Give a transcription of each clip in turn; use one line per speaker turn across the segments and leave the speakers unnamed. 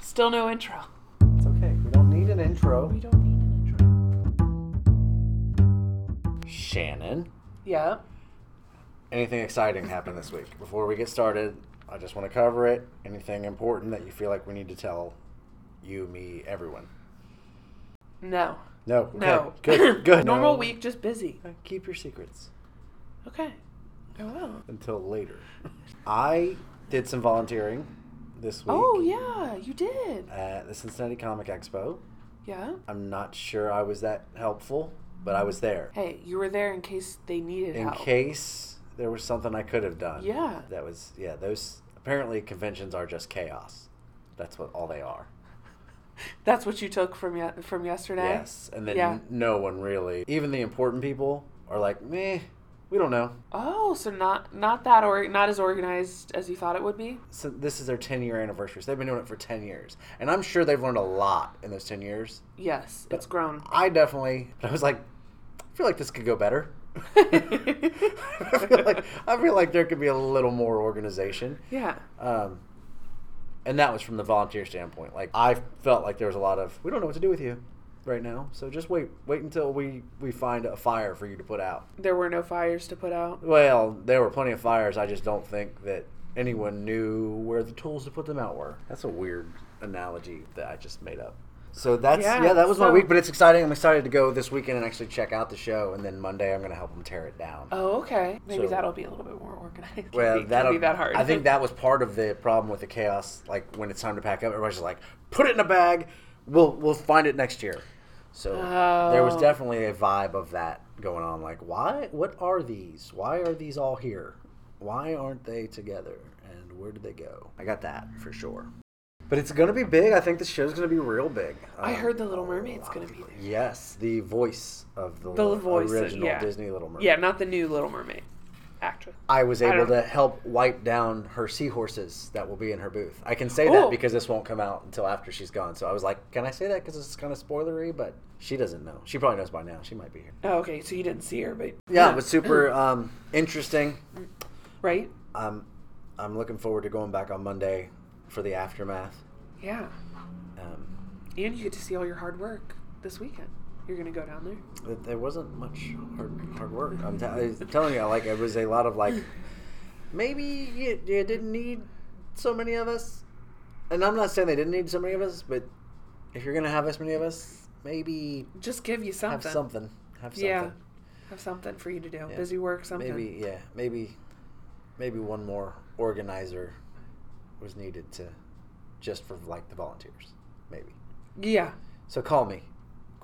Still no intro.
It's okay. We don't need an intro.
We don't need an intro.
Shannon,
Yeah.
anything exciting happened this week? Before we get started, I just want to cover it. Anything important that you feel like we need to tell you, me, everyone?
No.
No. okay.
No.
Good. Good.
Normal
No.
week, just busy.
Uh, Keep your secrets
Okay. I will.
until later. I did some volunteering this week
Oh yeah, you did.
at the Cincinnati Comic Expo.
Yeah.
I'm not sure I was that helpful, but I was there.
Hey, you were there in case they needed
in
help.
case there was something I could have done.
Yeah.
That was yeah, those apparently conventions are just chaos. That's what all they are.
That's what you took from ye- from yesterday.
Yes. And then
Yeah.
n- no one really even the important people are like, meh, we don't know.
Oh, so not not that or not as organized as you thought it would be.
So this is their ten year anniversary. So they've been doing it for ten years. And I'm sure they've learned a lot in those ten years.
Yes, it's grown.
I definitely but I was like, I feel like this could go better. I feel like I feel like there could be a little more organization.
Yeah.
Um, and that was from the volunteer standpoint. Like I felt like there was a lot of we don't know what to do with you right now, so just wait, wait until we we find a fire for you to put out.
There were no fires to put out.
Well, there were plenty of fires. I just don't think that anyone knew where the tools to put them out were. That's a weird analogy that I just made up. So that's
Yeah,
yeah, that was my
so-
week, but it's exciting. I'm excited to go this weekend and actually check out the show, and then Monday I'm going to help them tear it down.
Oh, okay. Maybe
So-
that'll be a little bit more organized.
Well,
Can't be,
that'll
can't be that hard.
I think that was part of the problem with the chaos. Like when it's time to pack up, everybody's just like, "Put it in a bag. We'll we'll find it next year." So there was
Oh.
definitely a vibe of that going on. Like, why? What are these? Why are these all here? Why aren't they together? And where did they go? I got that for sure. But it's gonna be big. I think the show's gonna be real big.
I
Um,
heard the Little
a
Mermaid's
lot
gonna
of
be
people-
there.
Yes, the voice of the,
The
li-
voice,
original
yeah.
Disney Little Mermaid.
Yeah, not the new Little Mermaid actress.
I was
I
able
don't-
to help wipe down her seahorses that will be in her booth. I can say
Oh.
that because this won't come out until after she's gone. So I was like, can I say that because it's kind of spoilery? But she doesn't know. She probably knows by now. She might be here.
Oh, okay. So you didn't see her, but
Yeah, it was super um, interesting.
right?
I'm, I'm looking forward to going back on Monday for the aftermath.
Yeah.
Um,
And you get to see all your hard work this weekend. You're gonna go down there.
th- there wasn't much hard, hard work. I'm, t- I'm telling you, like it was a lot of like, maybe you, you didn't need so many of us. And I'm not saying they didn't need so many of us, but if you're gonna have this many of us, maybe
Just give you something.
have something. Have something.
Yeah. Have something for you to do.
Yeah.
Busy work, something.
Maybe yeah. Maybe maybe one more organizer was needed to just for like the volunteers. Maybe.
Yeah.
So call me,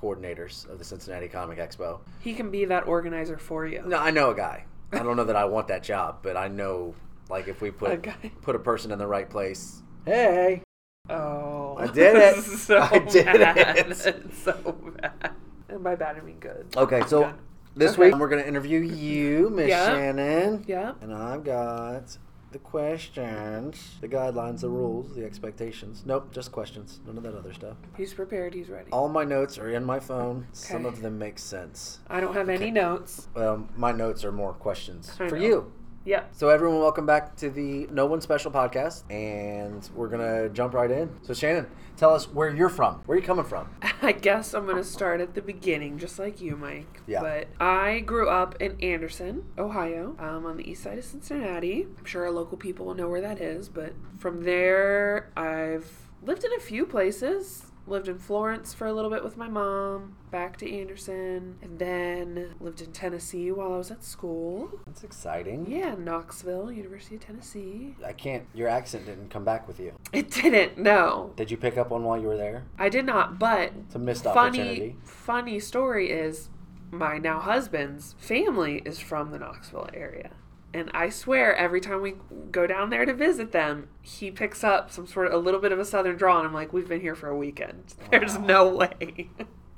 coordinators of the Cincinnati Comic Expo.
He can be that organizer for you.
No, I know a guy. I don't know that I want that job, but I know like if we put
A guy.
put a person in the right place. Hey,
Oh.
I did it.
so
I did
bad.
it.
so bad. And by bad I mean good.
okay. So
Good.
this
Okay.
week we're gonna interview you, Miss
Yeah.
Shannon.
Yeah.
And I've got the questions, the guidelines, the rules, the expectations. Nope, just questions. None of that other stuff.
He's prepared, he's ready.
All my notes are in my phone. Some
Okay.
of them make sense.
I don't have any notes.
Well, my notes are more questions
I
for
know.
you.
Yep.
So everyone, welcome back to the No One Special podcast, and we're gonna jump right in. So Shannon, tell us where you're from. Where are you coming from?
I guess I'm going to start at the beginning, just like you, Mike.
Yeah.
But I grew up in Anderson, Ohio, um, on the east side of Cincinnati. I'm sure our local people will know where that is, but from there, I've lived in a few places. Lived in Florence for a little bit with my mom, back to Anderson, and then lived in Tennessee while I was at school.
That's exciting.
Yeah, Knoxville, University of Tennessee.
I can't. Your accent didn't come back with you.
It didn't, no.
Did you pick up one while you were there?
I did not, but
It's a missed
funny
opportunity.
funny story is my now husband's family is from the Knoxville area. And I swear every time we go down there to visit them, he picks up some sort of a little bit of a southern drawl and I'm like, We've been here for a weekend. There's no way.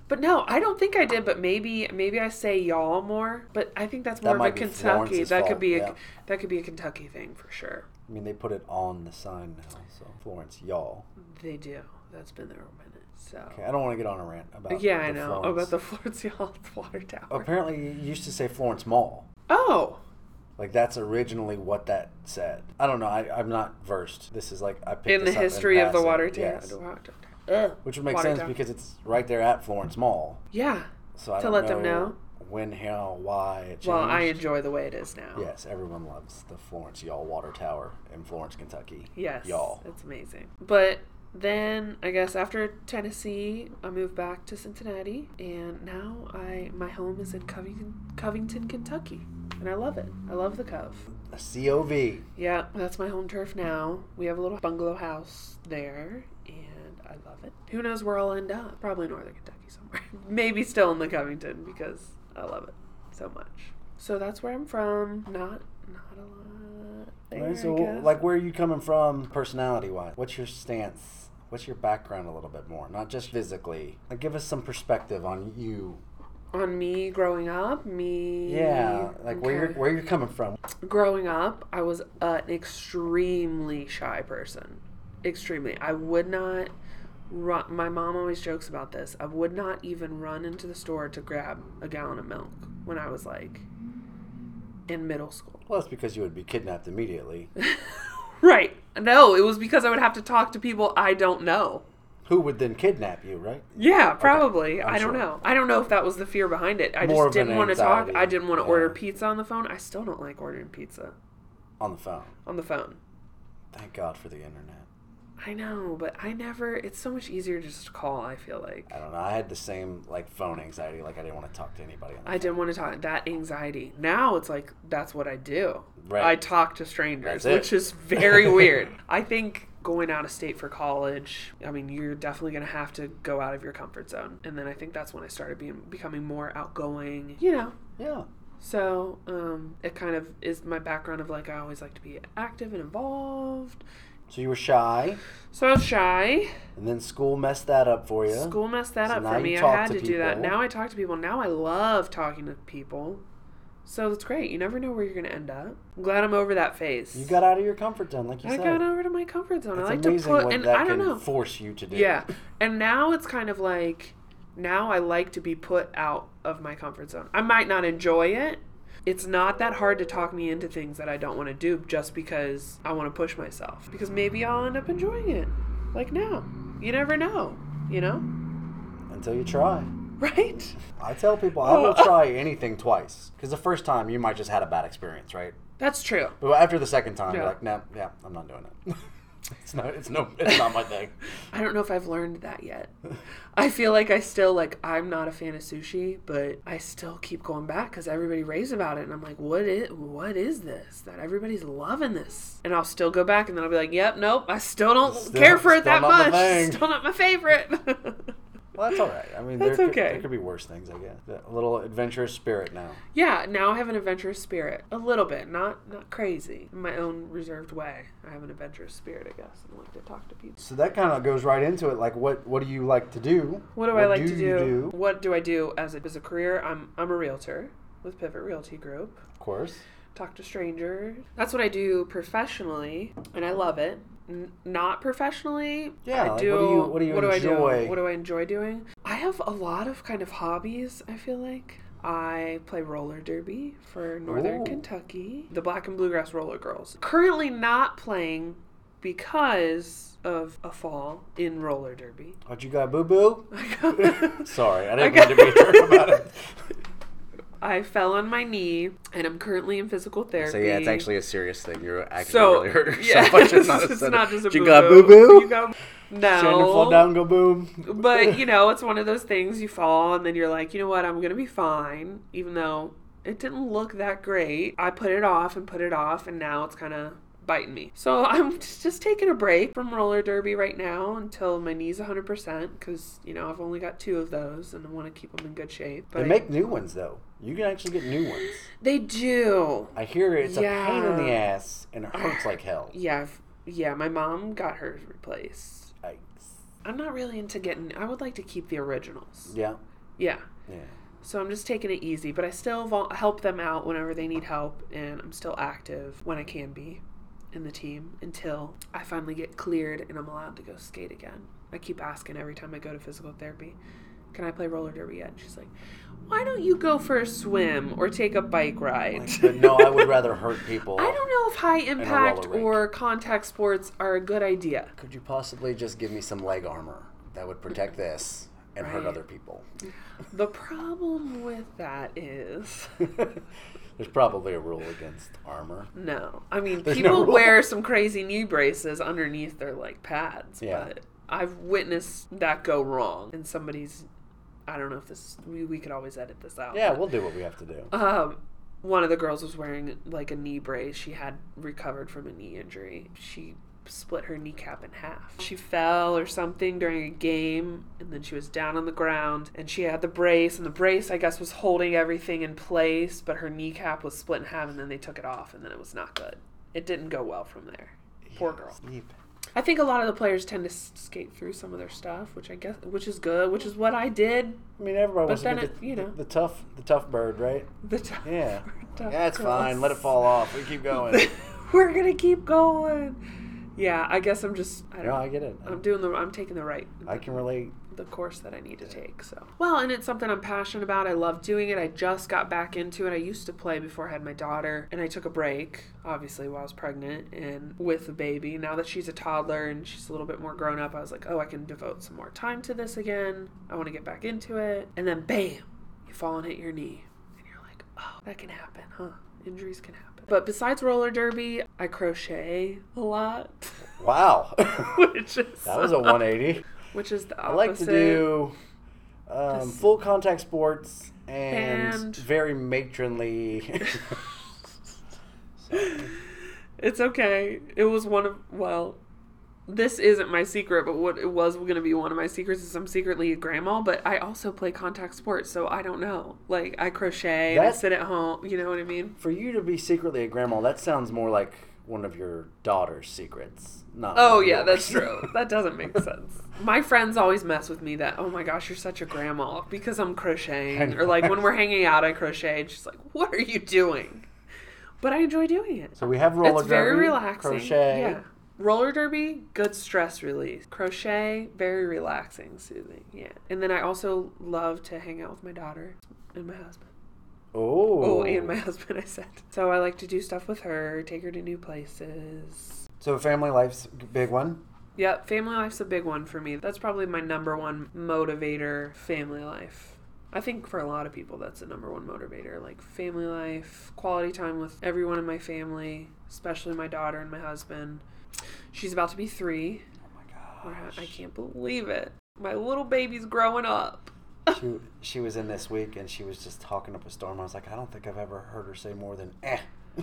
But no, I don't think I did, but maybe maybe I say y'all more. But I think that's
That
more of a
might be
Kentucky.
Florence's
That could
fault,
be a
yeah.
that could be a Kentucky thing for sure.
I mean, they put it on the sign now. So Florence, y'all.
They do. That's been there a minute. So
Okay, I don't want to get on a rant about.
Yeah,
the
I know.
Florence.
About the Florence Y'all Water Tower.
Apparently, you used to say Florence Mall.
Oh,
Like that's originally what that said. I don't know. I, I'm not versed. This is like I picked
in the
this up
history of the
passing.
water
Yes.
tower.
Which would make
Water
sense
tower.
because it's right there at Florence Mall.
Yeah.
So I
To
don't
let them know.
when, how, why it changed.
Well, I enjoy the way it is now.
Yes, everyone loves the Florence Y'all Water Tower in Florence, Kentucky.
Yes.
Y'all.
It's amazing. But then I guess after Tennessee, I moved back to Cincinnati, and now I my home is in Covington, Covington, Kentucky, and I love it. I love the Cove.
A COV.
Yeah, that's my home turf now. We have a little bungalow house there, and I love it. Who knows where I'll end up? Probably northern Kentucky somewhere. Maybe still in the Covington because I love it so much. So that's where I'm from. Not not a lot. There,
Right, so,
I guess.
like, where are you coming from personality wise? What's your stance? What's your background a little bit more? Not just physically. Like, give us some perspective on you.
on me growing up, me
Yeah, like where you're
Okay.
where you're coming from.
growing up, I was an extremely shy person. Extremely. I would not run. My mom always jokes about this. I would not even run into the store to grab a gallon of milk when I was like in middle school.
Well, that's because you would be kidnapped immediately.
Right. No, it was because I would have to talk to people I don't know.
Who would then kidnap you, right?
Yeah, probably.
I'm
I don't
sure.
know. I don't know if that was the fear behind it. I
More
just
of an
didn't want to talk.
anxiety.
I didn't want to
Yeah.
order pizza on the phone. I still don't like ordering pizza
On the phone.
on the phone.
Thank God for the internet.
I know, but I never. It's so much easier to just call. I feel like
I don't know. I had the same like phone anxiety. Like I didn't want to talk to anybody. On the
I didn't want to talk. That anxiety. Now it's like that's what I do.
Right.
I talk to strangers,
That's it.
which is very weird. I think going out of state for college. I mean, you're definitely going to have to go out of your comfort zone, and then I think that's when I started being becoming more outgoing. You know.
Yeah.
So um, it kind of is my background of like I always like to be active and involved.
So you were shy,
So I was shy.
and then school messed that up for you.
School messed that
So
up
now
for
you
me.
talk
I had
to
to, do that.
people.
Now I talk to people. Now I love talking to people. So it's great. You never know where you're going to end up. I'm glad I'm over that phase.
You got out of your comfort zone, like you
I
said.
got over to my comfort zone.
It's
I like to
amazing
put,
what
and
that
I don't
can
know.
force you to do.
Yeah. And now it's kind of like, now I like to be put out of my comfort zone. I might not enjoy it. It's not that hard to talk me into things that I don't want to do just because I want to push myself. Because maybe I'll end up enjoying it. Like now. You never know, you know?
Until you try.
Right?
I tell people I
Oh.
will try anything twice because the first time you might just had a bad experience, right?
That's true.
But after the second time, you're
Yeah.
like, no, yeah, I'm not doing it. it's no, it's no, it's not my thing.
I don't know if I've learned that yet. I feel like I still like I'm not a fan of sushi, but I still keep going back because everybody raves about it, and I'm like, what is what is this that everybody's loving this? And I'll still go back, and then I'll be like, yep, nope, I still don't
Still-
care for it
still
that
not my
much.
thing.
Still not my favorite.
Well, that's all right. I mean,
That's
there, Could,
okay.
there could be worse things, I guess. A little adventurous spirit now.
yeah, now I have an adventurous spirit, a little bit, not not crazy, in my own reserved way. I have an adventurous spirit, I guess, and like to talk to people.
So that kind of goes right into it. Like, what what do you like to do?
What do I like to
you
do? What do I do as a, as a career? I'm I'm a realtor with Pivot Realty Group.
Of course.
Talk to strangers. That's what I do professionally, and I love it. N- not professionally,
Yeah,
I
like,
do.
what do you- what do you
I
enjoy?
do? What do I enjoy doing? I have a lot of kind of hobbies. I feel like I play roller derby for Northern
Ooh.
Kentucky, the Black and Bluegrass Roller Girls. Currently not playing because of a fall in roller derby.
What you got, boo boo? Sorry, I didn't
got-
mean to be jerk about it.
I fell on my knee and I'm currently in physical therapy.
So yeah, it's actually a serious thing. You're actually
so
really hurt
yeah,
yourself. It's not,
it's not just a
you got boo
boo-boo. You
boo.
got-
Stand and fall
no,
down, go boom.
but you know, it's one of those things you fall and then you're like, you know what, I'm gonna be fine, even though it didn't look that great. I put it off and put it off, and now it's kind of biting me. So I'm just taking a break from roller derby right now until my knee's 100% because you know I've only got two of those and I want to keep them in good shape.
They
But
make new ones though. You can actually get new ones.
they do.
I hear it's a pain in the
Yeah.
ass and it hurts like hell.
Yeah, I've, yeah. My mom got hers replaced.
Yikes.
I'm not really into getting. I would like to keep the originals.
Yeah,
Yeah.
yeah.
So I'm just taking it easy, but I still vol- help them out whenever they need help, and I'm still active when I can be in the team until I finally get cleared and I'm allowed to go skate again. I keep asking every time I go to physical therapy, Can I play roller derby yet? And she's like, Why don't you go for a swim or take a bike ride?
Like, but Oh no, I would rather hurt people.
I don't know if high impact
rink.
or contact sports are a good idea.
Could you possibly just give me some leg armor that would protect this and hurt
Right.
other people?
The problem with that is
There's probably a rule against armor.
no. I mean,
There's no
people
rule.
wear some crazy knee braces underneath their like pads,
Yeah.
but I've witnessed that go wrong and somebody's I don't know if this we, we could always edit this out.
Yeah,
but,
we'll do what we have to do.
um one of the girls was wearing like a knee brace. She had recovered from a knee injury. She split her kneecap in half. She fell or something during a game and then she was down on the ground and she had the brace and the brace I guess was holding everything in place, but her kneecap was split in half and then they took it off and then it was not good. It didn't go well from there. Poor girl.
Sleep.
I think a lot of the players tend to s- skate through some of their stuff, which I guess which is good, which is what I did.
I mean, everybody wants to
then
be
it-
the,
you know.
the tough, the tough bird, right?
The tough,
Yeah.
tough
yeah, it's fine.
girls.
Let it fall off. We keep going.
We're gonna keep going. Yeah, I guess I'm just I don't
no,
know.
I get it.
I'm doing the I'm taking the right
I can relate.
the course that I need to take. So well, and it's something I'm passionate about. I love doing it. I just got back into it. I used to play before I had my daughter, and I took a break, obviously while I was pregnant and with the baby. Now that she's a toddler and she's a little bit more grown up, I was like, oh, I can devote some more time to this again. I want to get back into it. And then bam, you fall and hit your knee, and you're like, oh, that can happen, huh? Injuries can happen. But besides roller derby, I crochet a lot,
Wow, that
which is
was a 180.
which is the opposite.
I like to do um,
This-
full contact sports and,
And-
very matronly.
It's okay. It was one of well, this isn't my secret, but what it was going to be one of my secrets is I'm secretly a grandma, but I also play contact sports, so I don't know. Like I crochet, and I
That-
sit at home. You know what I mean?
For you to be secretly a grandma, that sounds more like one of your daughter's secrets. Not
Oh
one of
yeah, that's
yours.
true. That doesn't make sense. My friends always mess with me that oh my gosh, you're such a grandma because I'm crocheting, or like when we're hanging out, I crochet. And she's like, what are you doing? But I enjoy doing it.
so we have roller
it's very
derby,
relaxing.
crochet.
Yeah. Roller derby, good stress release. Crochet, very relaxing, soothing. Yeah. And then I also love to hang out with my daughter and my husband.
Oh.
Oh, and my husband, I said. So I like to do stuff with her, take her to new places.
So family life's a big one.
Yep, family life's a big one for me. That's probably my number one motivator, family life. I think for a lot of people, that's the number one motivator. Like family life, quality time with everyone in my family, especially my daughter and my husband. She's about to be three.
Oh my
We're ha- I can't believe it. My little baby's growing up.
She, she was in this week and she was just talking up a storm. I was like, I don't think I've ever heard her say more than eh.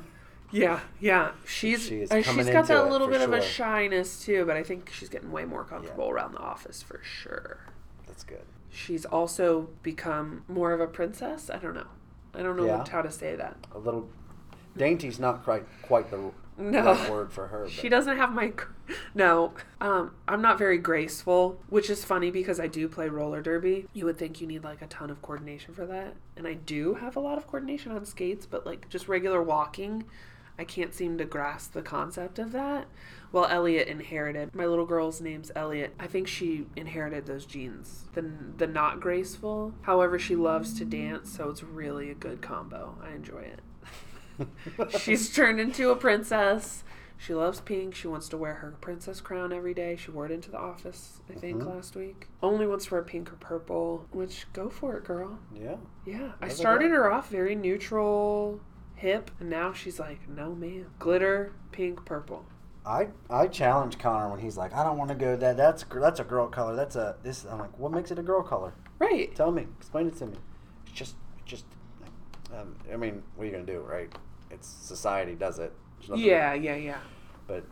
Yeah, yeah. She's
She is
uh,
coming
she's got
into
that
it,
little
for
bit of a
sure.
shyness too, but I think she's getting way more comfortable around the office for sure.
That's good.
she's also become more of a princess. I don't know. I don't know
Yeah.
how to say that.
A little dainty's not quite quite the
No.
right word for her. But
She doesn't have my. gr- No, um, I'm not very graceful, which is funny because I do play roller derby. You would think you need like a ton of coordination for that, and I do have a lot of coordination on skates, but like just regular walking, I can't seem to grasp the concept of that. Well, Elliot inherited my little girl's name's Elliot. I think she inherited those genes, the the not graceful. However, she loves to dance, so it's really a good combo. I enjoy it. She's turned into a princess. She loves pink. She wants to wear her princess crown every day. She wore it into the office, I think, last week. Only wants to wear pink or purple, which go for it, girl.
yeah.
Yeah. I
Love it,
started
love
her off very neutral, hip, and now she's like, no, man. Glitter, pink, purple.
I I challenge Connor when he's like, I don't want to go that. That's gr- that's a girl color. That's a this. I'm like, what makes it a girl color?
Right.
Tell me. Explain it to me. It's just it's just. Um, I mean, what are you gonna do, right? It's society does it. There's nothing-
Yeah, yeah, yeah.
But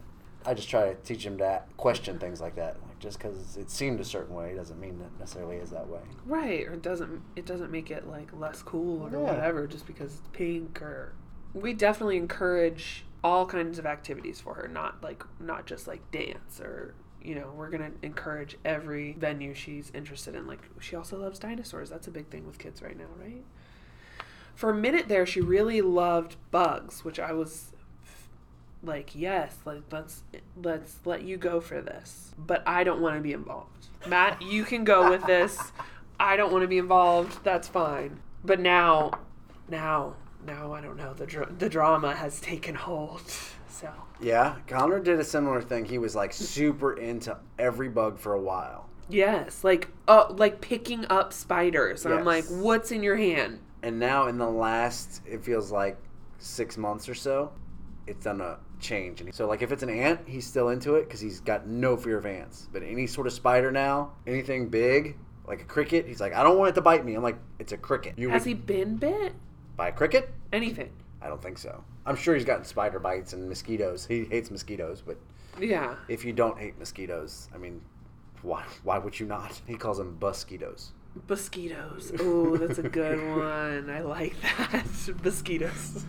I just try to teach him to question things like that. Like just because it seemed a certain way doesn't mean that necessarily is that way.
Right. Or it doesn't it doesn't make it like less cool or
Yeah.
whatever just because it's pink or we definitely encourage all kinds of activities for her, not like not just like dance or you know, we're gonna encourage every venue she's interested in. Like she also loves dinosaurs. That's a big thing with kids right now, right? For a minute there she really loved bugs, which I was like yes like let's let's let you go for this but i don't want to be involved matt you can go with this I don't want to be involved. That's fine. But now, now, now I don't know. The dr- the drama has taken hold. So
Yeah, Conrad did a similar thing. He was like super into every bug for a while,
yes, like oh, like picking up spiders, and I'm like,
Yes.
what's in your hand?
and now in the last, it feels like six months or so, it's done a change. And so, like if it's an ant, he's still into it because he's got no fear of ants. But any sort of spider now, anything big, like a cricket, he's like, I don't want it to bite me. I'm like, it's a cricket. You
Has
would
he been bit?
by a cricket?
Anything?
I don't think so. I'm sure he's gotten spider bites and mosquitoes. He hates mosquitoes, but
Yeah.
if you don't hate mosquitoes, I mean, why why would you not? He calls them mosquitoes.
Mosquitoes. Oh, that's a good one. I like that. Mosquitoes.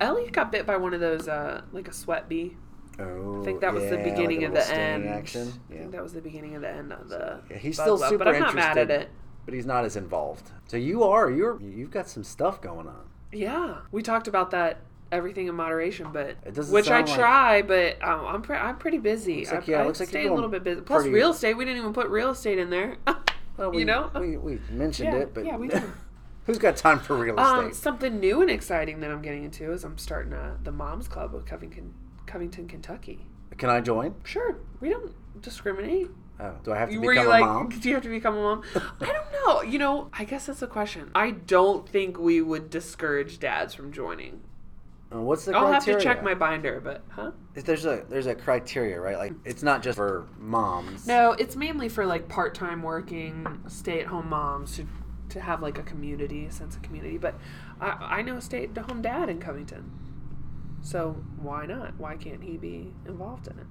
Elliot got bit by one of those, uh, like a sweat bee.
Oh,
I think that was the beginning of the end.
Action.
I
Yeah.
think that was the beginning of the end of the.
Yeah, he's
bug
still
love,
super
but I'm not mad at
interested.
it.
But he's not as involved. So you are you're you've got some stuff going on.
Yeah, we talked about that everything in moderation, but
It doesn't
which I
sound like-
try, but um, I'm pre- I'm pretty busy.
Looks like-
I,
yeah,
I
looks like you're
stay a little bit
going
busy. Plus,
pretty-
real estate. We didn't even put real estate in there.
we,
you know,
we, we mentioned
Yeah,
it, but
yeah, we did.
who's got time for real
Um,
estate?
something new and exciting that I'm getting into is I'm starting a, the Moms Club of Covington, Covington, Kentucky.
Can I join?
Sure, we don't discriminate.
Oh, do I have to
Were
become
you
a
like,
mom?
do you have to become a mom? I don't know. You know, I guess that's a question. I don't think we would discourage dads from joining.
Uh, What's the
I'll have
criteria?
to check my binder, but huh?
There's a there's a criteria, right? Like it's not just for moms.
No, it's mainly for like part-time working, stay-at-home moms to to have like a community, a sense of community. But I, I know a stay-at-home dad in Covington, so why not? Why can't he be involved in it?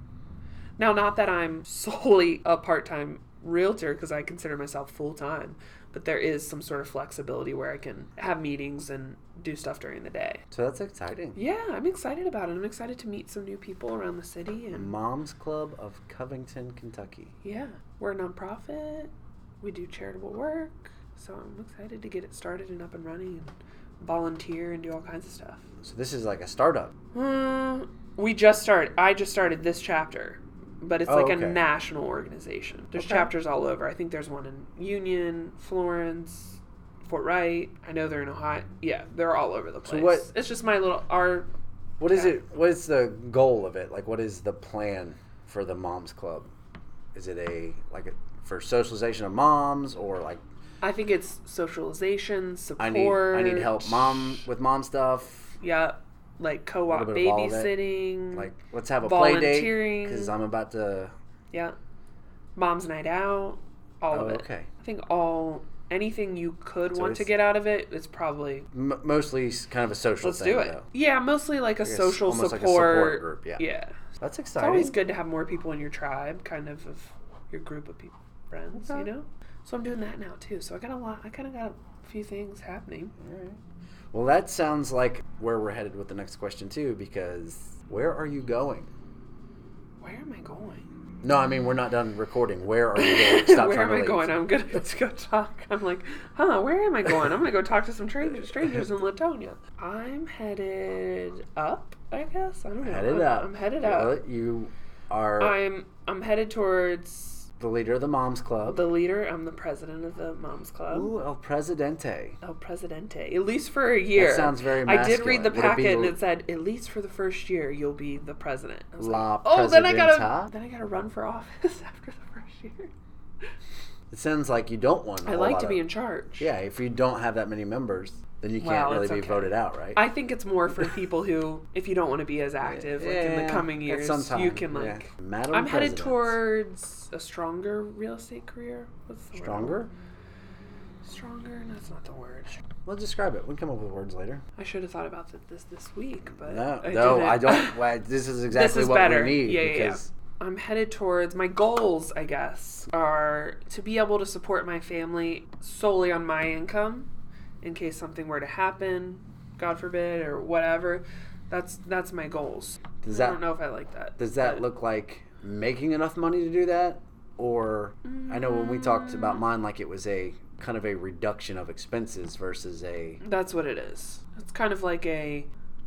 Now, not that I'm solely a part-time realtor because I consider myself full-time, but there is some sort of flexibility where I can have meetings and do stuff during the day.
So that's exciting.
Yeah, I'm excited about it. I'm excited to meet some new people around the city and
Moms Club of Covington, Kentucky.
Yeah, we're a nonprofit. We do charitable work, so I'm excited to get it started and up and running and volunteer and do all kinds of stuff.
So this is like a startup.
Hmm, we just started. I just started this chapter, but it's
Oh,
like
okay.
a national organization. There's
Okay.
chapters all over. I think there's one in Union, Florence, Fort Wright. I know they're in Ohio. Yeah, they're all over the place.
what-
It's just my little our
What is
Yeah.
it? What is the goal of it? Like, what is the plan for the Moms Club? Is it a like a, for socialization of moms or like
I think it's socialization,
I
support.
need I need help mom with mom stuff?
Yep. Like co-op
bit of all of it.
babysitting.
Like, let's have a play date
Volunteering.
because I'm about to.
yeah. Mom's night out, all
Oh,
of it.
okay.
I think all anything you could
So
want to
it's-
get out of it, it's probably
M- mostly s- kind of a social
let's
thing.
do it.
Though.
Yeah, mostly like a
guess
social
almost like a
support.
support group, yeah.
Yeah.
That's
It's
exciting.
always good to have more people in your tribe, kind of of your group of people, friends,
Okay.
you know. So I'm doing that now too. So I got a lot. I kind of got a few things happening.
Alright. Well, that sounds like where we're headed with the next question too. Because where are you going?
Where am I going?
No, I mean we're not done recording. Where are you going? Stop
where
trying
am
to
I
leave.
going? I'm gonna let's go talk. I'm like, huh? Where am I going? I'm gonna go talk to some strangers, strangers in Latonia. I'm headed up, I guess. I don't know.
Headed
I'm,
up.
I'm headed
Well,
up.
You are
I'm I'm headed towards
the leader of the Moms Club.
the leader. I'm the president of the Moms Club.
Ooh, El Presidente.
El Presidente, at least for a year.
sounds very
I did read the
masculine. Would it be
packet and
l-
it said, at least for the first year, you'll be the president. I was
La
like, oh, then I gotta
Presidenta?
then I gotta run for office after the first year.
It sounds like you don't want. I
I like to be in charge.
Yeah, if you don't have that many members, then you can't
Well,
really
it's
be
okay.
voted out, right?
I think it's more for people who, if you don't want to be as active like in
Yeah,
the coming
at
years,
some time,
you can
yeah.
like.
Madam
I'm headed
President.
towards a stronger real estate career. What's the Word?
stronger.
Stronger? No, that's not the word.
We'll describe it. We can come up with words later.
I should have thought about th- this this week, but
No,
I
no,
didn't.
I don't. Well, this is exactly
is
what
better.
we need
Yeah, yeah, yeah.
because
I'm headed towards my goals, I guess, are to be able to support my family solely on my income in case something were to happen, God forbid, or whatever. That's that's my goals.
does
I
that
don't know if I like that.
does that look like making enough money to do that, or I know when we talked about mine, like it was a kind of a reduction of expenses versus a
That's what it is. It's kind of like a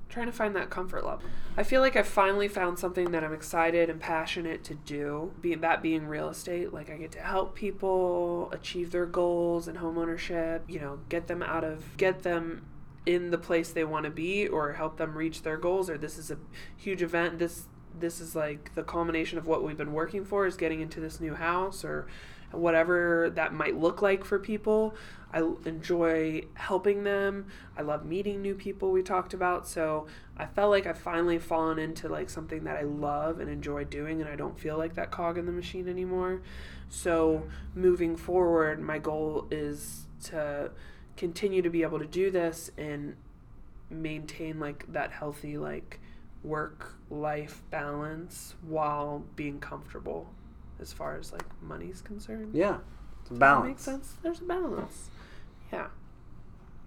trying to find that comfort level. I feel like I finally found something that I'm excited and passionate to do. Be that being real estate, like I get to help people achieve their goals and homeownership. You know, get them out of get them in the place they want to be, or help them reach their goals. Or this is a huge event. This this is like the culmination of what we've been working for is getting into this new house or whatever that might look like for people. I l- enjoy helping them. I love meeting new people we talked about. So I felt like I've finally fallen into like something that I love and enjoy doing and I don't feel like that cog in the machine anymore. So moving forward, my goal is to continue to be able to do this and maintain like that healthy like work life balance while being comfortable as far as like money's concerned.
Yeah. It's a
That
balance.
Makes sense. There's a balance. Yeah.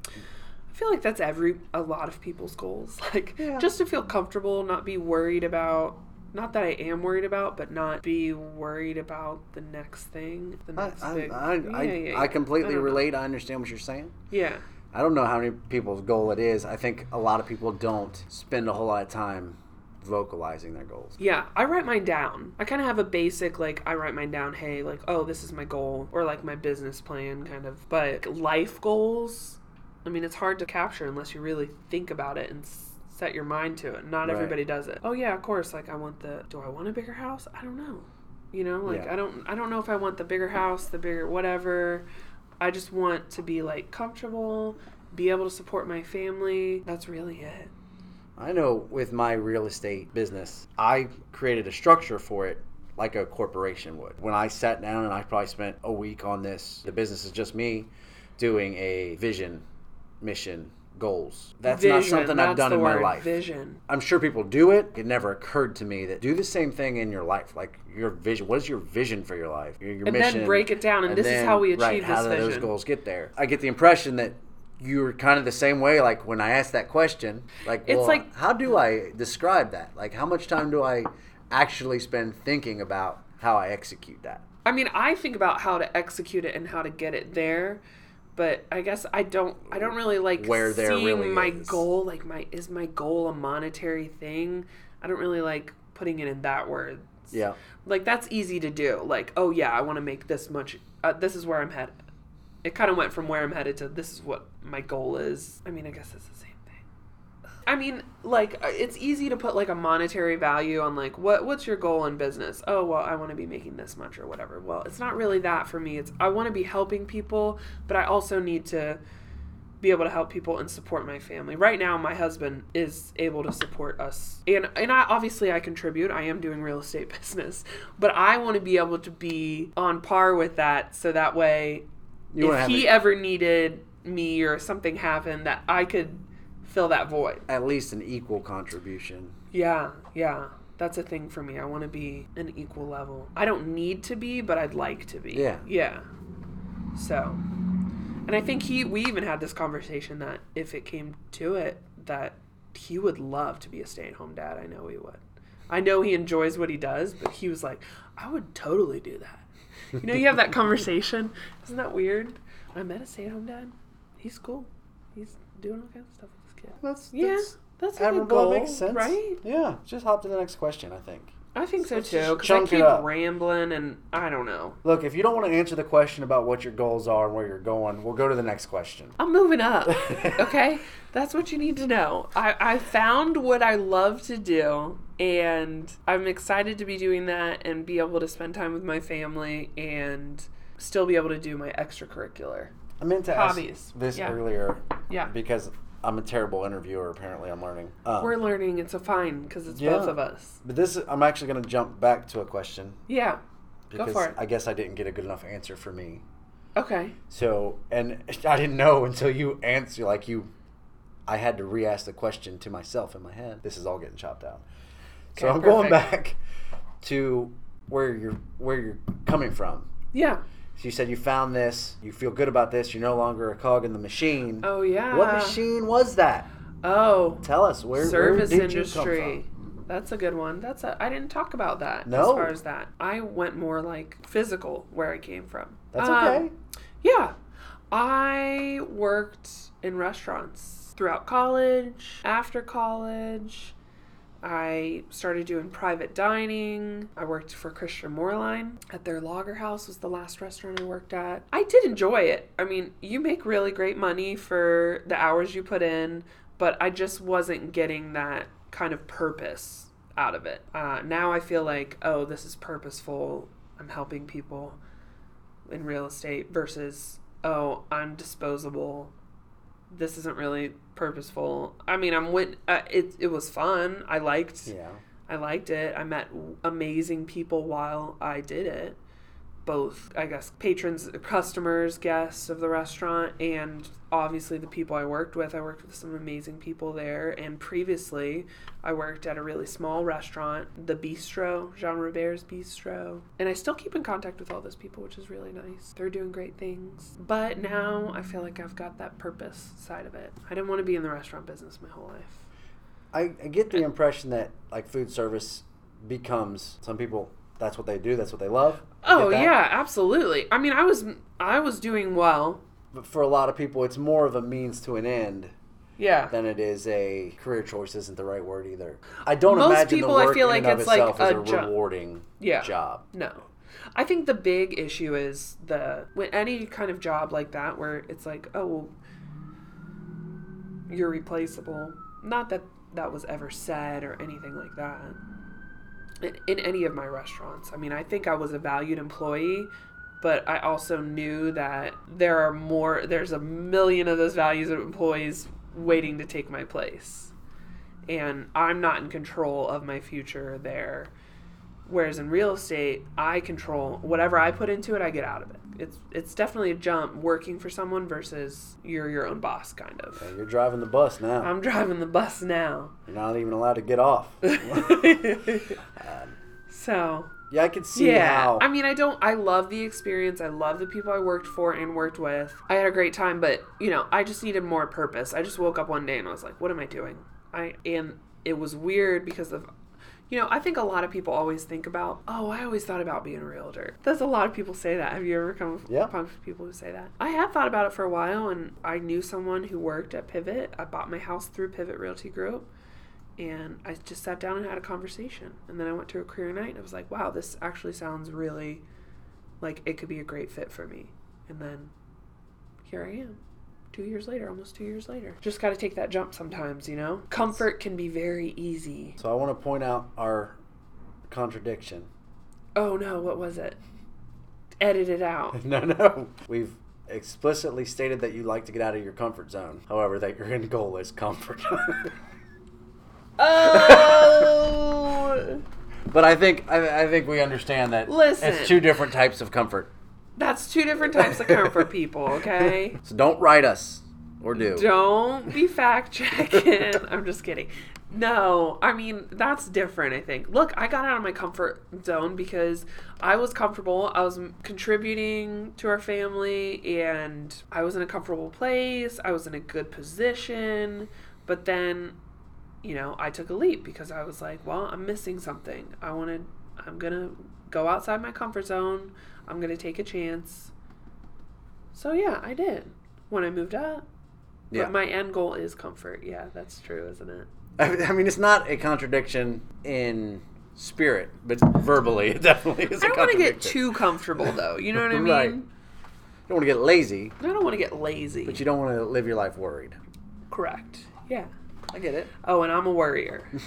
I feel like that's every a lot of people's goals. Like
Yeah.
just to feel comfortable, not be worried about not that I am worried about, but not be worried about the next thing. The
I,
next
I,
big
I,
Yeah,
I,
yeah, yeah.
I completely
don't know.
relate. I understand what you're saying.
Yeah.
I don't know how many people's goal it is. I think a lot of people don't spend a whole lot of time vocalizing their goals.
Yeah, I write mine down. I kind of have a basic, like, I write mine down, hey, like, oh, this is my goal, or like my business plan, kind of. But life goals, I mean, it's hard to capture unless you really think about it and s- set your mind to it. Not
Right.
everybody does it. Oh, yeah, of course. Like, I want the, do I want a bigger house? I don't know. You know, like,
Yeah.
I don't, I don't know if I want the bigger house, the bigger whatever. I just want to be, like, comfortable, be able to support my family. That's really it.
I know with my real estate business, I created a structure for it like a corporation would. When I sat down and I probably spent a week on this, the business is just me doing a vision, mission, goals. That's not
Vision,
something
that's
I've done
the
in my
word,
life.
Vision.
I'm sure people do it. It never occurred to me that do the same thing in your life. Like your vision. What is your vision for your life? Your, your
And then
mission.
break it down, and this is how we achieve
right, How
this
do those
vision.
goals get there? I get the impression that you're kind of the same way. Like when I asked that question, like
It's
well,
like-
how do I describe that? Like how much time do I actually spend thinking about how I execute that?
I mean, I think about how to execute it and how to get it there, but I guess I don't. I don't really like
Where there
seeing
really
my
is.
goal. Like my is my goal a monetary thing? I don't really like putting it in that word.
Yeah.
Like that's easy to do. Like oh yeah, I want to make this much. Uh, this is where I'm headed. It kind of went from where I'm headed to this is what my goal is. I mean, I guess it's the same thing. I mean, like uh, it's easy to put like a monetary value on like what what's your goal in business? Oh, well, I want to be making this much or whatever. Well, it's not really that for me. It's I want to be helping people, but I also need to be able to help people and support my family. Right now, my husband is able to support us. And and I obviously I contribute. I am doing real estate business, but I want to be able to be on par with that so that way
You want to
if
have
he
a-
ever needed me or something happened that I could fill that void.
at least an equal contribution.
Yeah, yeah. That's a thing for me. I want to be an equal level. I don't need to be, but I'd like to be.
Yeah.
Yeah. So, and I think he, we even had this conversation that if it came to it, that he would love to be a stay at home dad. I know he would. I know he enjoys what he does, but he was like, I would totally do that. You know, you have that conversation. Isn't that weird? I met a stay at home dad. He's cool. He's doing all kinds of stuff with his kid.
That's
Yeah,
that's-
that's a good
admirable.
goal,
That makes sense,
right?
Yeah. Just hop to the next question. I think.
I think so
Let's
too.
just
Because I
chunk it
keep
up.
rambling, and I don't know.
Look, if you don't want to answer the question about what your goals are and where you're going, we'll go to the next question.
I'm moving up. okay, that's what you need to know. I, I found what I love to do, and I'm excited to be doing that and be able to spend time with my family and still be able to do my extracurricular.
I meant to
Hobbies.
ask this
Yeah.
earlier
Yeah,
because I'm a terrible interviewer. Apparently, I'm learning. Um,
we're learning. It's a fine because it's
Yeah.
both of us.
but this, I'm actually going to jump back to a question
Yeah. Go
because
for it.
I guess I didn't get a good enough answer for me.
Okay.
So, and I didn't know until you answer. Like you, I had to re-ask the question to myself in my head. This is all getting chopped out. So
Okay,
I'm going
perfect.
back to where you're where you're coming from.
Yeah.
So you said you found this, you feel good about this, you're no longer a cog in the machine.
Oh yeah.
What machine was that?
Oh,
Tell us where
service
where did You come
industry.
from?
That's a good one. That's a I didn't talk about that as
No.
far as that. I went more like physical where I came from.
That's
Um,
okay.
Yeah. I worked in restaurants throughout college, after college. I started doing private dining. I worked for Christian Moorline at their Lager House was the last restaurant I worked at. I did enjoy it. I mean, you make really great money for the hours you put in, but I just wasn't getting that kind of purpose out of it. Uh, now I feel like, oh, this is purposeful. I'm helping people in real estate versus, oh, I'm disposable this isn't really purposeful. I mean, I'm went. Uh, it it was fun. I liked.
Yeah.
I liked it. I met amazing people while I did it. Both, I guess, patrons, customers, guests of the restaurant, and obviously the people I worked with. I worked with some amazing people there. And previously, I worked at a really small restaurant, the Bistro, Jean Robert's Bistro. And I still keep in contact with all those people, which is really nice. They're doing great things. But now I feel like I've got that purpose side of it. I didn't want to be in the restaurant business my whole life.
I, I get the impression that like food service becomes some people. That's what they do. That's what they love. I get
Oh
that.
yeah, absolutely. I mean, I was I was doing well.
But for a lot of people, it's more of a means to an end
Yeah.
than it is a career choice. Isn't the right word either. I don't
Most
imagine
people,
the
I
work
feel
in
like
and
it's
of
like
itself is
a
a
jo-
rewarding
Yeah.
job.
No. I think the big issue is the when any kind of job like that where it's like, oh, well, you're replaceable. Not that that was ever said or anything like that. In, in any of my restaurants, I mean, I think I was a valued employee, but I also knew that there are more. There's a million of those values of employees waiting to take my place, and I'm not in control of my future there. Whereas in real estate, I control whatever I put into it, I get out of it. It's it's definitely a jump working for someone versus you're your own boss kind of.
You're driving the bus now.
I'm driving the bus now.
You're not even allowed to get off.
so
yeah, I can see
yeah,
how.
I mean, I don't. I love the experience. I love the people I worked for and worked with. I had a great time, but you know, I just needed more purpose. I just woke up one day and I was like, "What am I doing?" I and it was weird because of. You know, I think a lot of people always think about, oh, I always thought about being a realtor. That's a lot of people say that. Have you ever come
Yeah.
upon people who say that? I had thought about it for a while, and I knew someone who worked at Pivot. I bought my house through Pivot Realty Group, and I just sat down and had a conversation. And then I went to a career night and I was like, wow, this actually sounds really like it could be a great fit for me. And then here I am, two years later, almost two years later. Just got to take that jump sometimes, you know? Comfort can be very easy.
so I want to point out our contradiction.
Oh no, what was it? Edit it out.
No, no. We've explicitly stated that you like to get out of your comfort zone. However, that your end goal is comfort.
Oh!
but I think I, I think we understand that
Listen.
it's two different types of comfort.
That's two different types of comfort people, okay?
So don't write us or do.
Don't be fact checking. I'm just kidding. No, I mean, that's different, I think. Look, I got out of my comfort zone because I was comfortable. I was m- contributing to our family and I was in a comfortable place. I was in a good position. But then, you know, I took a leap because I was like, well, I'm missing something. I want to, I'm going to go outside my comfort zone. I'm going to take a chance. So, yeah, I did. When I moved up,
yeah.
but my end goal is comfort. Yeah, that's true, isn't it?
I I mean, it's not a contradiction in spirit, but verbally, it definitely is.
I don't want to get
too.
too comfortable, though. You know what I mean?
Right. You don't want to get lazy,
I don't want to get lazy.
but you don't want to live your life worried.
Correct. Yeah.
I get it.
Oh, and I'm a worrier.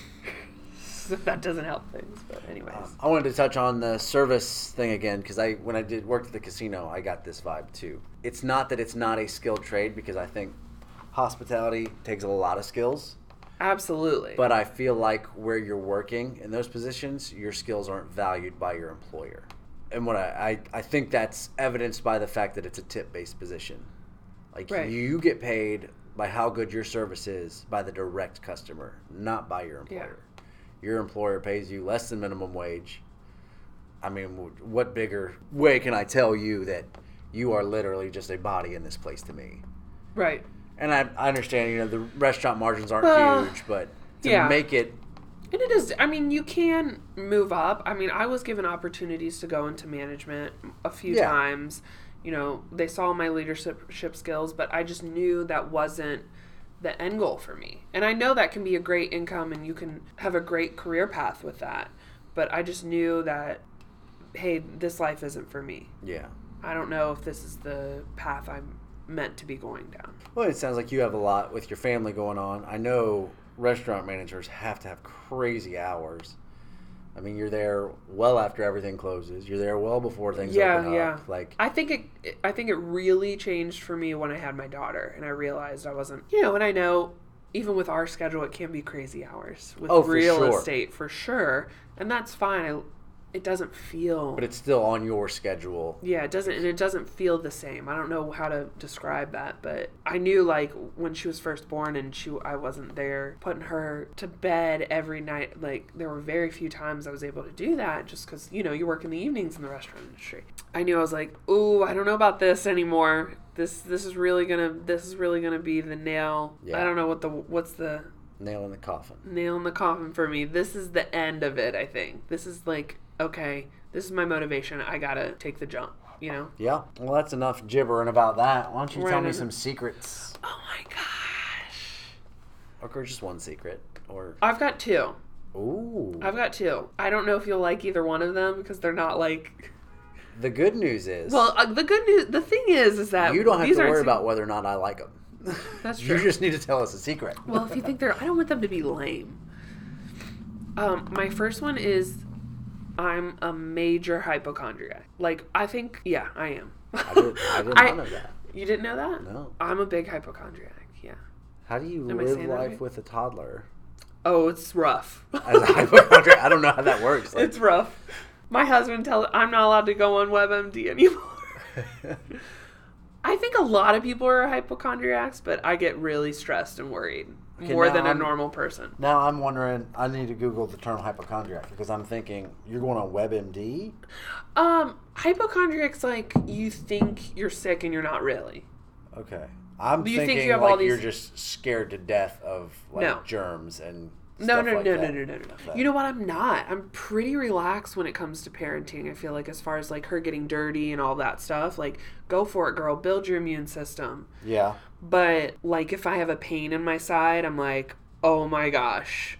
so that doesn't help things. But anyways,
Um, I wanted to touch on the service thing again because I, when I did worked at the casino, I got this vibe too. It's not that it's not a skilled trade because I think hospitality takes a lot of skills,
absolutely.
but I feel like where you're working in those positions, your skills aren't valued by your employer. And what I, I, I think that's evidenced by the fact that it's a tip based position. Like
Right.
you get paid by how good your service is by the direct customer, not by your
Yeah.
employer. Your employer pays you less than minimum wage. I mean, w- what bigger way can I tell you that you are literally just a body in this place to me?
right.
And I, I understand, you know, the restaurant margins aren't
Well,
huge, but to
yeah.
make it
And it is, I mean, you can move up. I mean, I was given opportunities to go into management a few
Yeah.
times. You know, they saw my leadership ship skills, but I just knew that wasn't the end goal for me. And I know that can be a great income and you can have a great career path with that. But I just knew that, hey, this life isn't for me.
Yeah.
I don't know if this is the path I'm meant to be going down.
Well, it sounds like you have a lot with your family going on. I know restaurant managers have to have crazy hours. I mean, you're there well after everything closes. You're there well before things
Yeah,
open up.
yeah.
Like,
I think it- it. I think it really changed for me when I had my daughter, and I realized I wasn't. You know, and I know even with our schedule, it can be crazy hours with
Oh, for
real
sure.
estate for sure, and that's fine. I, it doesn't feel.
but it's still on your schedule.
yeah, it doesn't, and it doesn't feel the same. I don't know how to describe that, but I knew like when she was first born, and she, I wasn't there putting her to bed every night. Like there were very few times I was able to do that, just because you know you work in the evenings in the restaurant industry. I knew I was like, ooh, I don't know about this anymore. This, this is really gonna, this is really gonna be the nail.
Yeah.
I don't know what the, what's the
Nail in the coffin.
nail in the coffin for me. This is the end of it, I think. This is like, okay, this is my motivation. I gotta take the jump, you know?
Yeah. Well, that's enough gibbering about that. Why don't you tell
Right
me
on.
some secrets?
Oh my gosh.
Or just one secret. Or,
I've got two.
ooh.
I've got two. I don't know if you'll like either one of them because they're not like.
The good news is
Well, uh, the good news, the thing is, is that
you don't have to
these aren't
worry
sec-
about whether or not I like them.
That's
you
true.
just need to tell us a secret.
well, if you think they're, I don't want them to be lame. Um, my first one is, I'm a major hypochondriac. Like I think, yeah, I am.
I, did, I didn't
I-
know that.
You didn't know that?
No.
I'm a big hypochondriac. Yeah.
How do you
Am I
live
saying that
life
right?
with a toddler?
Oh, it's rough.
As a hypochondriac, I don't know how that works. Like,
it's rough. My husband tells I'm not allowed to go on WebMD anymore. I think a lot of people are hypochondriacs, but I get really stressed and worried
Okay,
more
now
than a
I'm-
normal person.
now I'm wondering. I need to Google the term hypochondriac because I'm thinking you're going on WebMD.
Um, hypochondriacs like you think you're sick and you're not really.
Okay, I'm
Do you think
thinking
you have
like
all these-
you're just scared to death of like
No.
germs and
No,
stuff
no,
like
no, no,
that.
no, no, no, no.
But-
You know what? I'm not. I'm pretty relaxed when it comes to parenting. I feel like as far as like her getting dirty and all that stuff, like go for it, girl. Build your immune system.
Yeah,
But like if I have a pain in my side, I'm like, "Oh my gosh,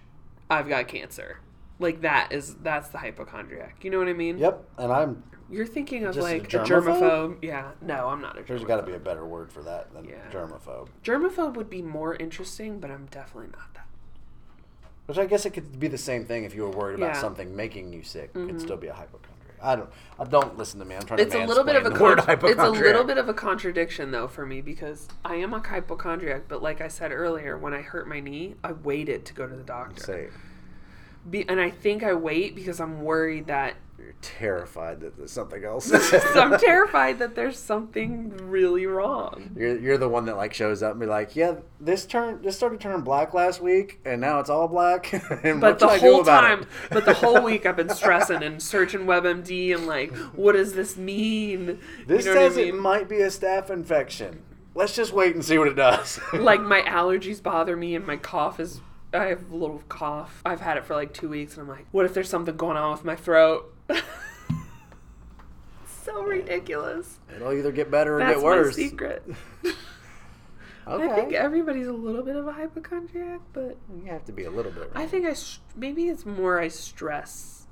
I've got cancer." Like that is that's the hypochondriac. You know what I mean?
yep. And I'm
You're thinking of
Just a
like a germaphobe?
germaphobe?
Yeah. No, I'm not a germaphobe.
there's got to be a better word for that than
Yeah.
germaphobe,
germaphobe would be more interesting, but I'm definitely not that.
which I guess it could be the same thing if you were worried about
Yeah. Mm-hmm.
something making you sick. It'd still be a hypochondriac. I don't. I don't listen to me. I'm trying
It's a
to.
little bit of a
mansplain the
con-
word
it's a
hypochondriac.
little bit of a contradiction though for me because I am a hypochondriac, but like I said earlier, when I hurt my knee, I waited to go to the doctor.
Say,
Be- and I think I wait because I'm worried that
you're terrified that there's something else.
so I'm terrified that there's something really wrong.
You're, you're the one that like shows up and be like, yeah, this turn this started turning black last week, and now it's all black. and
But
what
the
should I do
whole
about it?"
time, but the whole week, I've been stressing and searching WebMD and like, what does this mean?
this
you know
says
what I
it
mean?
might be a staph infection. Let's just wait and see what it does.
like my allergies bother me and my cough is. I have a little cough. I've had it for like two weeks, and I'm like, what if there's something going on with my throat? so ridiculous.
It'll either get better or
That's
get
my
worse.
secret.
Okay,
I think everybody's a little bit of a hypochondriac, but
you have to be a little bit.
I think I s- maybe it's more I stress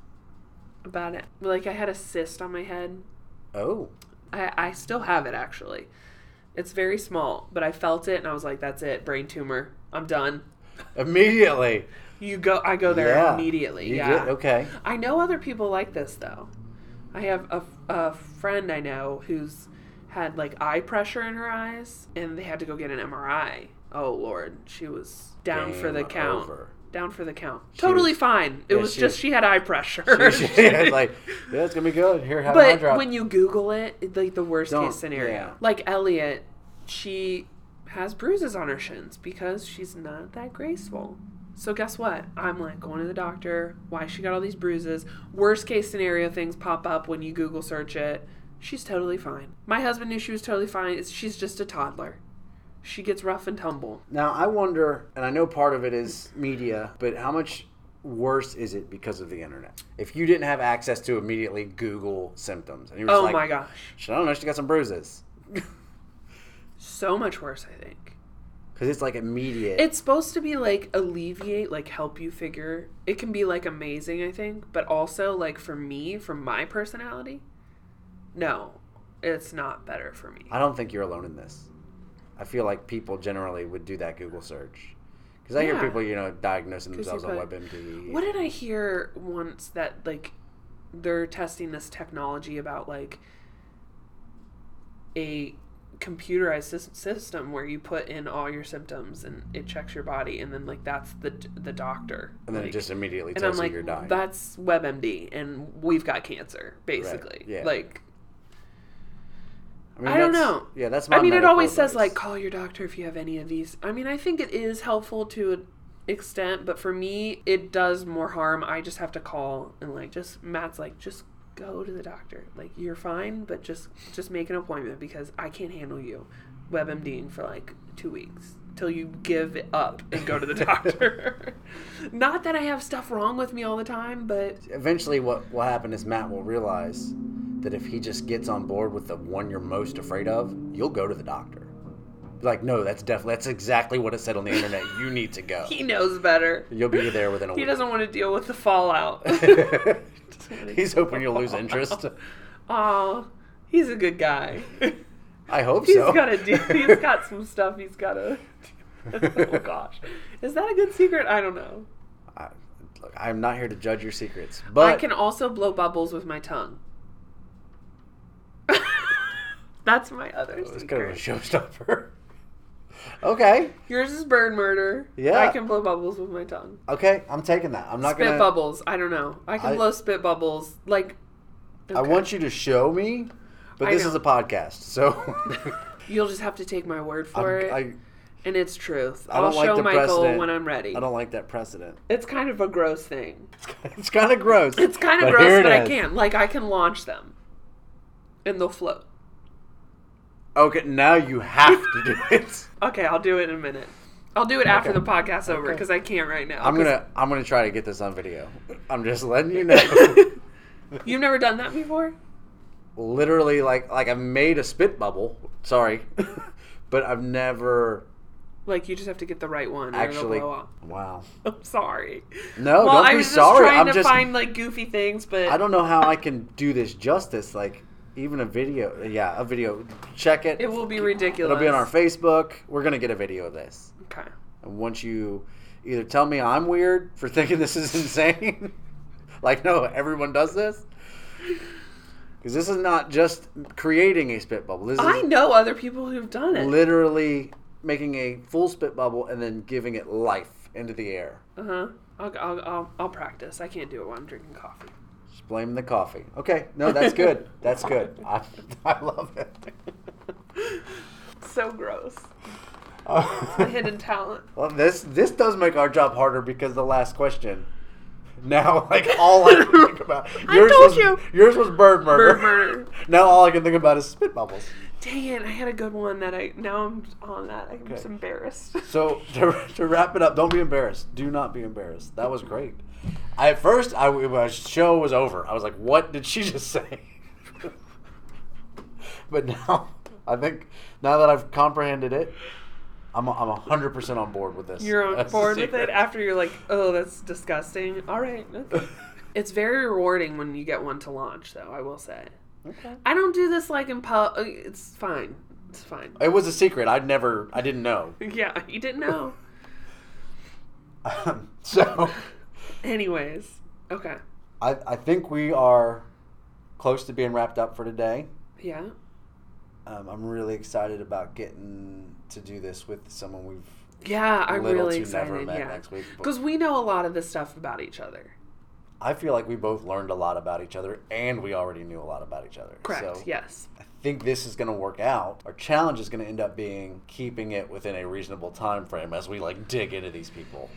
about it. Like I had a cyst on my head.
Oh,
I I still have it actually. It's very small, but I felt it and I was like, "That's it, brain tumor. I'm done."
immediately.
You go. I go there
yeah.
immediately.
You
yeah.
did- okay.
I know other people like this though. I have a, a friend I know who's had like eye pressure in her eyes, and they had to go get an MRI. Oh lord, she was down for the
Game
count.
over.
Down for the count. totally
was-
fine. It
yeah,
was
she
just
was-
she had eye pressure.
it's like yeah, it's gonna be good. Here, have an eye
but
drop.
when you Google it, it- like the worst
Don't-
case scenario,
yeah.
like Elliot, she has bruises on her shins because she's not that graceful. So guess what? I'm like going to the doctor. Why she got all these bruises? Worst case scenario things pop up when you Google search it. She's totally fine. My husband knew she was totally fine. It's- She's just a toddler. She gets rough and tumble.
Now I wonder, and I know part of it is media, but how much worse is it because of the internet? If you didn't have access to immediately Google symptoms, and you were just
Oh
like,
my gosh,
"Shit, I don't know, she got some bruises,"
so much worse. I think.
because because it's like immediate.
It's supposed to be like alleviate, like help you figure. It can be like amazing, I think, but also like for me, for my personality, no, it's not better for me.
I don't think you're alone in this. I feel like people generally would do that Google search because I hear
Yeah.
people, you know, diagnosing
Because
themselves
you
on
put-
WebMD.
What did I hear once that like they're testing this technology about like a computerized sys- system where you put in all your symptoms and it checks your body and then like that's the the doctor
and then
like,
it just immediately
and I'm
tells
like
you you're dying.
that's WebMD and we've got cancer basically
yeah.
like
mean,
I don't
that's-
know.
Yeah, that's. My
I mean, it
medical
always says
advice.
like call your doctor if you have any of these. I mean, I think it is helpful to an extent, but for me, it does more harm. I just have to call and like just Matt's like just go to the doctor. Like you're fine, but just just make an appointment because I can't handle you WebMDing for like two weeks till you give it up and go to the doctor. Not that I have stuff wrong with me all the time, but
eventually what will happen is Matt will realize that if he just gets on board with the one you're most afraid of, you'll go to the doctor. Like, no, that's definitely that's exactly what it said on the internet. You need to go.
he knows better.
You'll be there within a
He
week.
doesn't want to deal with the fallout.
He's hoping you'll lose interest.
Oh, he's a good guy.
I hope
He's
so.
got a deal. He's got some stuff. He's got a. oh gosh, is that a good secret? I don't know.
I, look, I'm not here to judge your secrets, but
I can also blow bubbles with my tongue. That's my other
it was
secret.
kind of a showstopper. okay,
Yours is bird murder.
Yeah.
I can blow bubbles with my tongue.
okay, I'm taking that. I'm not
spit
gonna.
bubbles. I don't know. I can
I-
blow spit bubbles. Like,
I want you to show me, but
I
this
know.
is a podcast, so
you'll just have to take my word for it,
I'm-
and it's truth.
I don't
will
like
show
the
Michael
precedent.
when I'm ready.
I, I don't like that precedent.
It's kind of a gross thing.
It's kind of gross.
It's kind of
But here
gross,
it
but I
is.
can. Like I can launch them, and they'll float.
Okay, now you have to do it.
Okay, I'll do it in a minute. I'll do it after
Okay.
the podcast's over because I can't right now.
I'm
'cause
gonna I'm gonna try to get this on video. I'm just letting you know.
You've never done that before.
Literally, like like I made a spit bubble. Sorry, but I've never
Like you just have to get the right one. and it'll
actually.
blow up.
Wow.
I'm sorry.
No,
well,
don't
I
be
was just
sorry.
trying
I'm
to
just
find like goofy things, but
I don't know how I can do this justice. Like even a video. Yeah, a video. Check it.
it will be ridiculous.
It'll be on our Facebook. We're gonna get a video of this.
Okay.
And once you either tell me I'm weird for thinking this is insane, like, no, everyone does this. Because this is not just creating a spit bubble. This
I
is
know other people who've done it.
literally making a full spit bubble and then giving it life into the air.
uh huh. I'll, I'll, I'll, I'll practice. I can't do it while I'm drinking coffee.
Just blame the coffee. Okay, no, that's good. That's good. I, I love it.
So gross. A
Uh,
hidden talent.
well, this this does make our job harder because the last question. Now, like all I can think about.
I told
was,
you.
Yours was bird murder.
Bird murder.
Now all I can think about is spit bubbles.
Dang it! I had a good one that I now I'm on that. I'm just embarrassed.
So to, to wrap it up, don't be embarrassed. Do not be embarrassed. That was great. I, at first, I my show was over. I was like, "What did she just say?" but now, I think now that I've comprehended it, I'm I'm hundred percent on board with this.
You're on
That's
board
the
with it
secret.
after you're like, oh, that's disgusting. All right. Okay. it's very rewarding when you get one to launch, though. I will say.
Okay.
I don't do this like in pub. uh, It's fine. It's fine.
It was a secret. I'd never. I didn't know.
Yeah, you didn't know.
so,
Anyways, okay.
I I think we are close to being wrapped up for today.
Yeah.
Um, I'm really excited about getting to do this with someone we've
Yeah, I'm
little
really
to never
excited.
met
Yeah,
next week. But
because we know a lot of this stuff about each other.
I feel like we both learned a lot about each other, and we already knew a lot about each other.
Correct.
So
yes.
I think this is going to work out. Our challenge is going to end up being keeping it within a reasonable time frame as we like dig into these people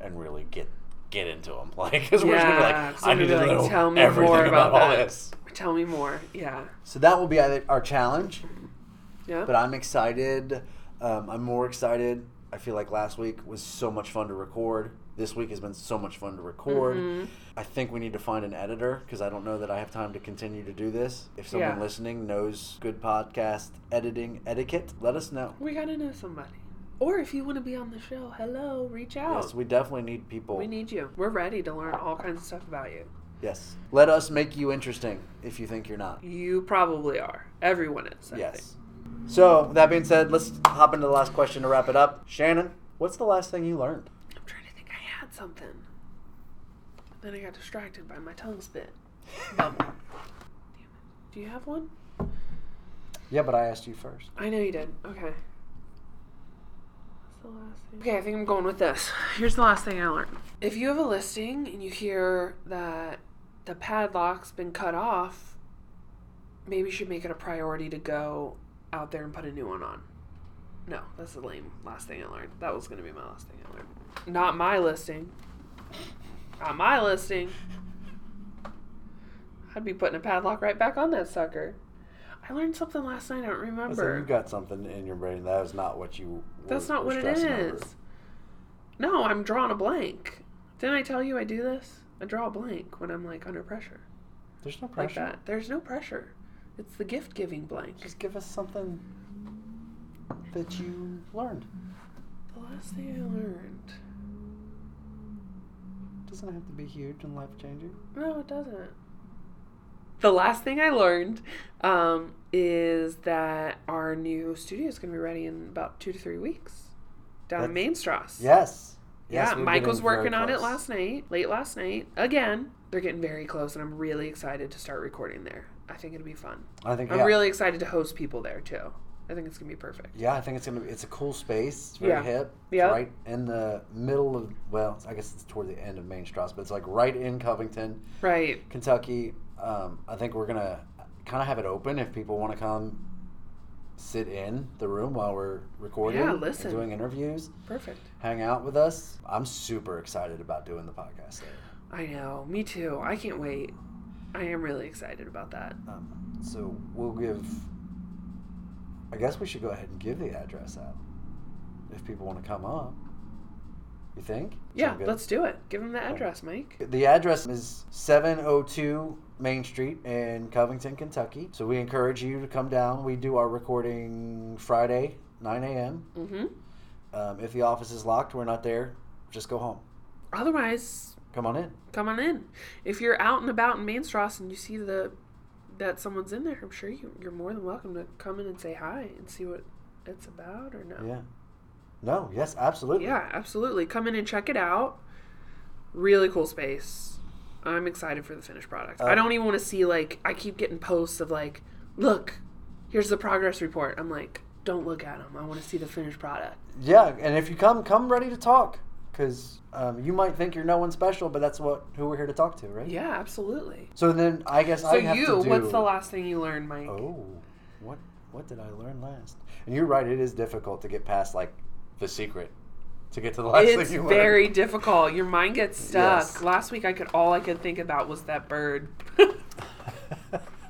and really get get into them. Like, because we're just going to be
Yeah,
like,
so
I
we're
need to
like,
know
tell me
everything
more
about,
about
all
that.
this.
Tell me more. Yeah.
So that will be our our challenge.
Yeah.
But I'm excited. Um, I'm more excited. I feel like last week was so much fun to record. This week has been so much fun to record.
Mm-hmm.
I think we need to find an editor because I don't know that I have time to continue to do this. If someone
Yeah.
listening knows good podcast editing etiquette, let us know.
we gotta know somebody. Or if you want to be on the show, hello, reach out.
Yes, we definitely need people.
Oh. we need you. We're ready to learn all kinds of stuff about you.
yes. Let us make you interesting if you think you're not.
You probably are. Everyone is. I think.
Yes. So, with that being said, let's hop into the last question to wrap it up. Shannon, what's the last thing you learned?
I'm trying to think. I had something. Then I got distracted by my tongue spit. Bummer. Damn it. Do you have one?
yeah, but I asked you first.
I know you did. Okay. What's the last thing? Okay, I think I'm going with this. Here's the last thing I learned. If you have a listing and you hear that the padlock's been cut off, maybe you should make it a priority to go out there and put a new one on. No, that's the lame last thing I learned. That was going to be my last thing I learned. Not my listing. Not my listing. I'd be putting a padlock right back on that sucker. I learned something last night. I don't remember.
Listen, you got something in your brain. That is not what you. were-
That's not
were
what it is.
stressing over.
No, I'm drawing a blank. Didn't I tell you I do this? I draw a blank when I'm like under pressure,
There's no
like
pressure.
that. There's no pressure. It's the gift giving blank.
Just give us something that you learned.
The last thing I learned.
doesn't have to be huge and life changing.
No, it doesn't. The last thing I learned um, is that our new studio is going to be ready in about two to three weeks down in
That's-
Mainstrasse.
Yes.
Yeah,
Yes, we're
Michael's
getting very
working on it
close.
last night, late last night. Again, they're getting very close, and I'm really excited to start recording there. I think it'll be fun.
I think.
I'm
yeah.
really excited to host people there too. I think it's gonna be perfect.
Yeah, I think it's gonna. be It's a cool space. It's very
Yeah.
hip. It's
Yeah.
Right in the middle of. Well, I guess it's toward the end of Main Strasse, but it's like right in Covington,
Right.
Kentucky. Um, I think we're gonna kind of have it open if people want to come sit in the room while we're recording
Yeah,
and
listen.
doing interviews
Perfect.
hang out with us i'm super excited about doing the podcast there.
I know. Me too. I can't wait. I am really excited about that.
Um, so we'll give. I guess we should go ahead and give the address out if people want to come up. You think?
Yeah,
Sound good?
let's do it. Give them the address, Mike.
The address is 702 Main Street in Covington, Kentucky. So we encourage you to come down. We do our recording Friday, 9 a.m.
Mm-hmm.
Um, if the office is locked, we're not there. Just go home.
Otherwise,
Come on in.
come on in. If you're out and about in Mainstrasse and you see the that someone's in there, I'm sure you, you're more than welcome to come in and say hi and see what it's about or no.
Yeah. No, yes, absolutely.
Yeah, absolutely. Come in and check it out. Really cool space. I'm excited for the finished product. I
Uh,
don't even want to see like I keep getting posts of like, look, here's the progress report. I'm like, don't look at them. I want to see the finished product.
Yeah, and if you come, come ready to talk, because um, you might think you're no one special, but that's what who we're here to talk to, right?
Yeah, absolutely.
So then, I guess
So
I have
you,
to do.
what's the last thing you learned, Mike?
Oh, what what did I learn last? And you're right; it is difficult to get past like the secret to get to the last
It's
thing you
very
learned.
difficult. Your mind gets stuck.
Yes.
Last week I could all I could think about was that bird.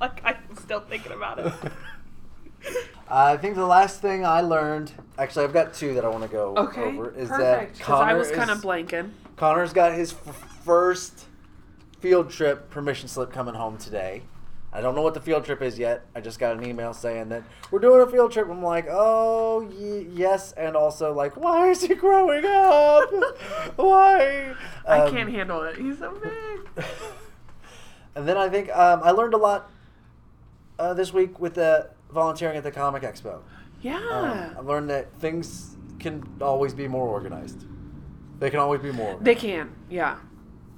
like I'm still thinking about it.
I think the last thing I learned, actually, I've got two that I want to go
Okay.
over. Is
perfect.
that
Because
Connor
I was kind
is-
of blanking.
Connor's got his f- first field trip permission slip coming home today. I don't know what the field trip is yet. I just got an email saying that we're doing a field trip. I'm like, oh y- yes, and also like, why is he growing up? why?
I
Um,
can't handle it. He's so big.
and then I think um, I learned a lot uh, this week with the volunteering at the Comic Expo. Um,
Yeah.
I learned that things can always be more organized. They can always be more. Organized.
they can. Yeah.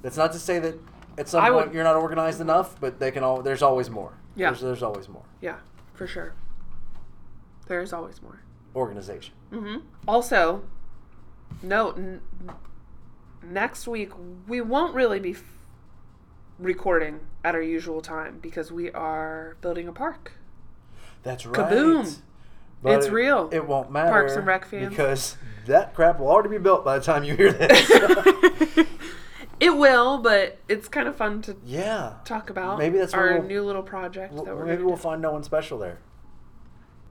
That's not to say that at some
I
point
would-
you're not organized enough, but they can all. There's always more.
Yeah.
There's, there's always more
Yeah. For sure. There is always more.
organization.
hmm Also, no, n- next week we won't really be f- recording at our usual time because we are building a park.
That's right.
Kaboom.
But
It's
it-
real.
It won't matter.
Parks and Rec fans.
Because that crap will already be built by the time you hear this.
it will, but it's kind of fun to
yeah.
talk about
Maybe that's where
our
we'll-
new little project
Well,
that we're
maybe
gonna
we'll
do.
find no one special there.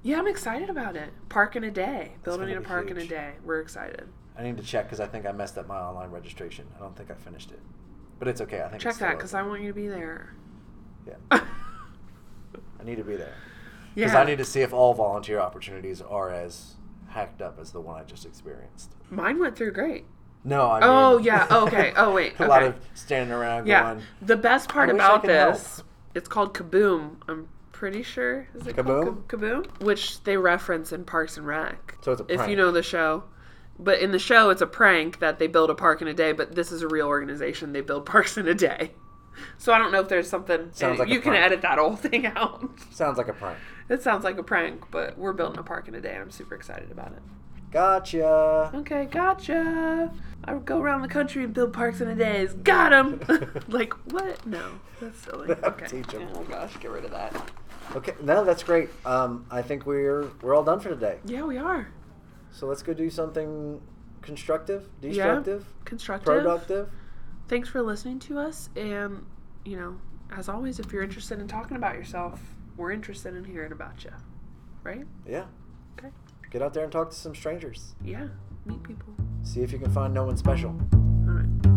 Yeah, I'm excited about it. Park in a day. Building
gonna
a
be
park in a
huge.
day. We're excited.
I need to check because I think I messed up my online registration. I don't think I finished it, but it's okay. I think
Check
it's
that
still
because I
open.
want you to be there.
yeah. I need to be there because
yeah.
I need to see if all volunteer opportunities are as hacked up as the one I just experienced.
Mine went through great.
No, I mean,
Oh, yeah. Okay. Oh, wait.
a lot
Okay.
of standing around
Yeah.
going,
The best part
I wish I
about
could help.
this, it's called Kaboom. I'm pretty sure. Is it
Kaboom?
Called Ka- Kaboom? Which they reference in Parks and Rec.
So it's a
If
prank.
you know the show. But in the show, it's a prank that they build a park in a day, but this is a real organization. They build parks in a day. So I don't know if there's something. eh,
Sounds like a
you can
prank.
edit that whole thing out.
sounds like a prank.
it sounds like a prank, but we're building a park in a day, and I'm super excited about it.
Gotcha.
Okay, gotcha. I would go around the country and build parks in a day. Got him. like what? No, that's silly.
That would
Okay.
teach 'em.
Oh gosh, get rid of that.
Okay, no, that's great. Um, I think we're we're all done for today.
Yeah, we are
So let's go do something constructive,
Yeah.
destructive,
constructive.
productive.
Thanks for listening to us, and you know, as always, if you're interested in talking about yourself, we're interested in hearing about you. Right?
Yeah.
Okay.
Get out there and talk to some strangers.
Yeah. Meet people.
See if you can find no one special.
All right.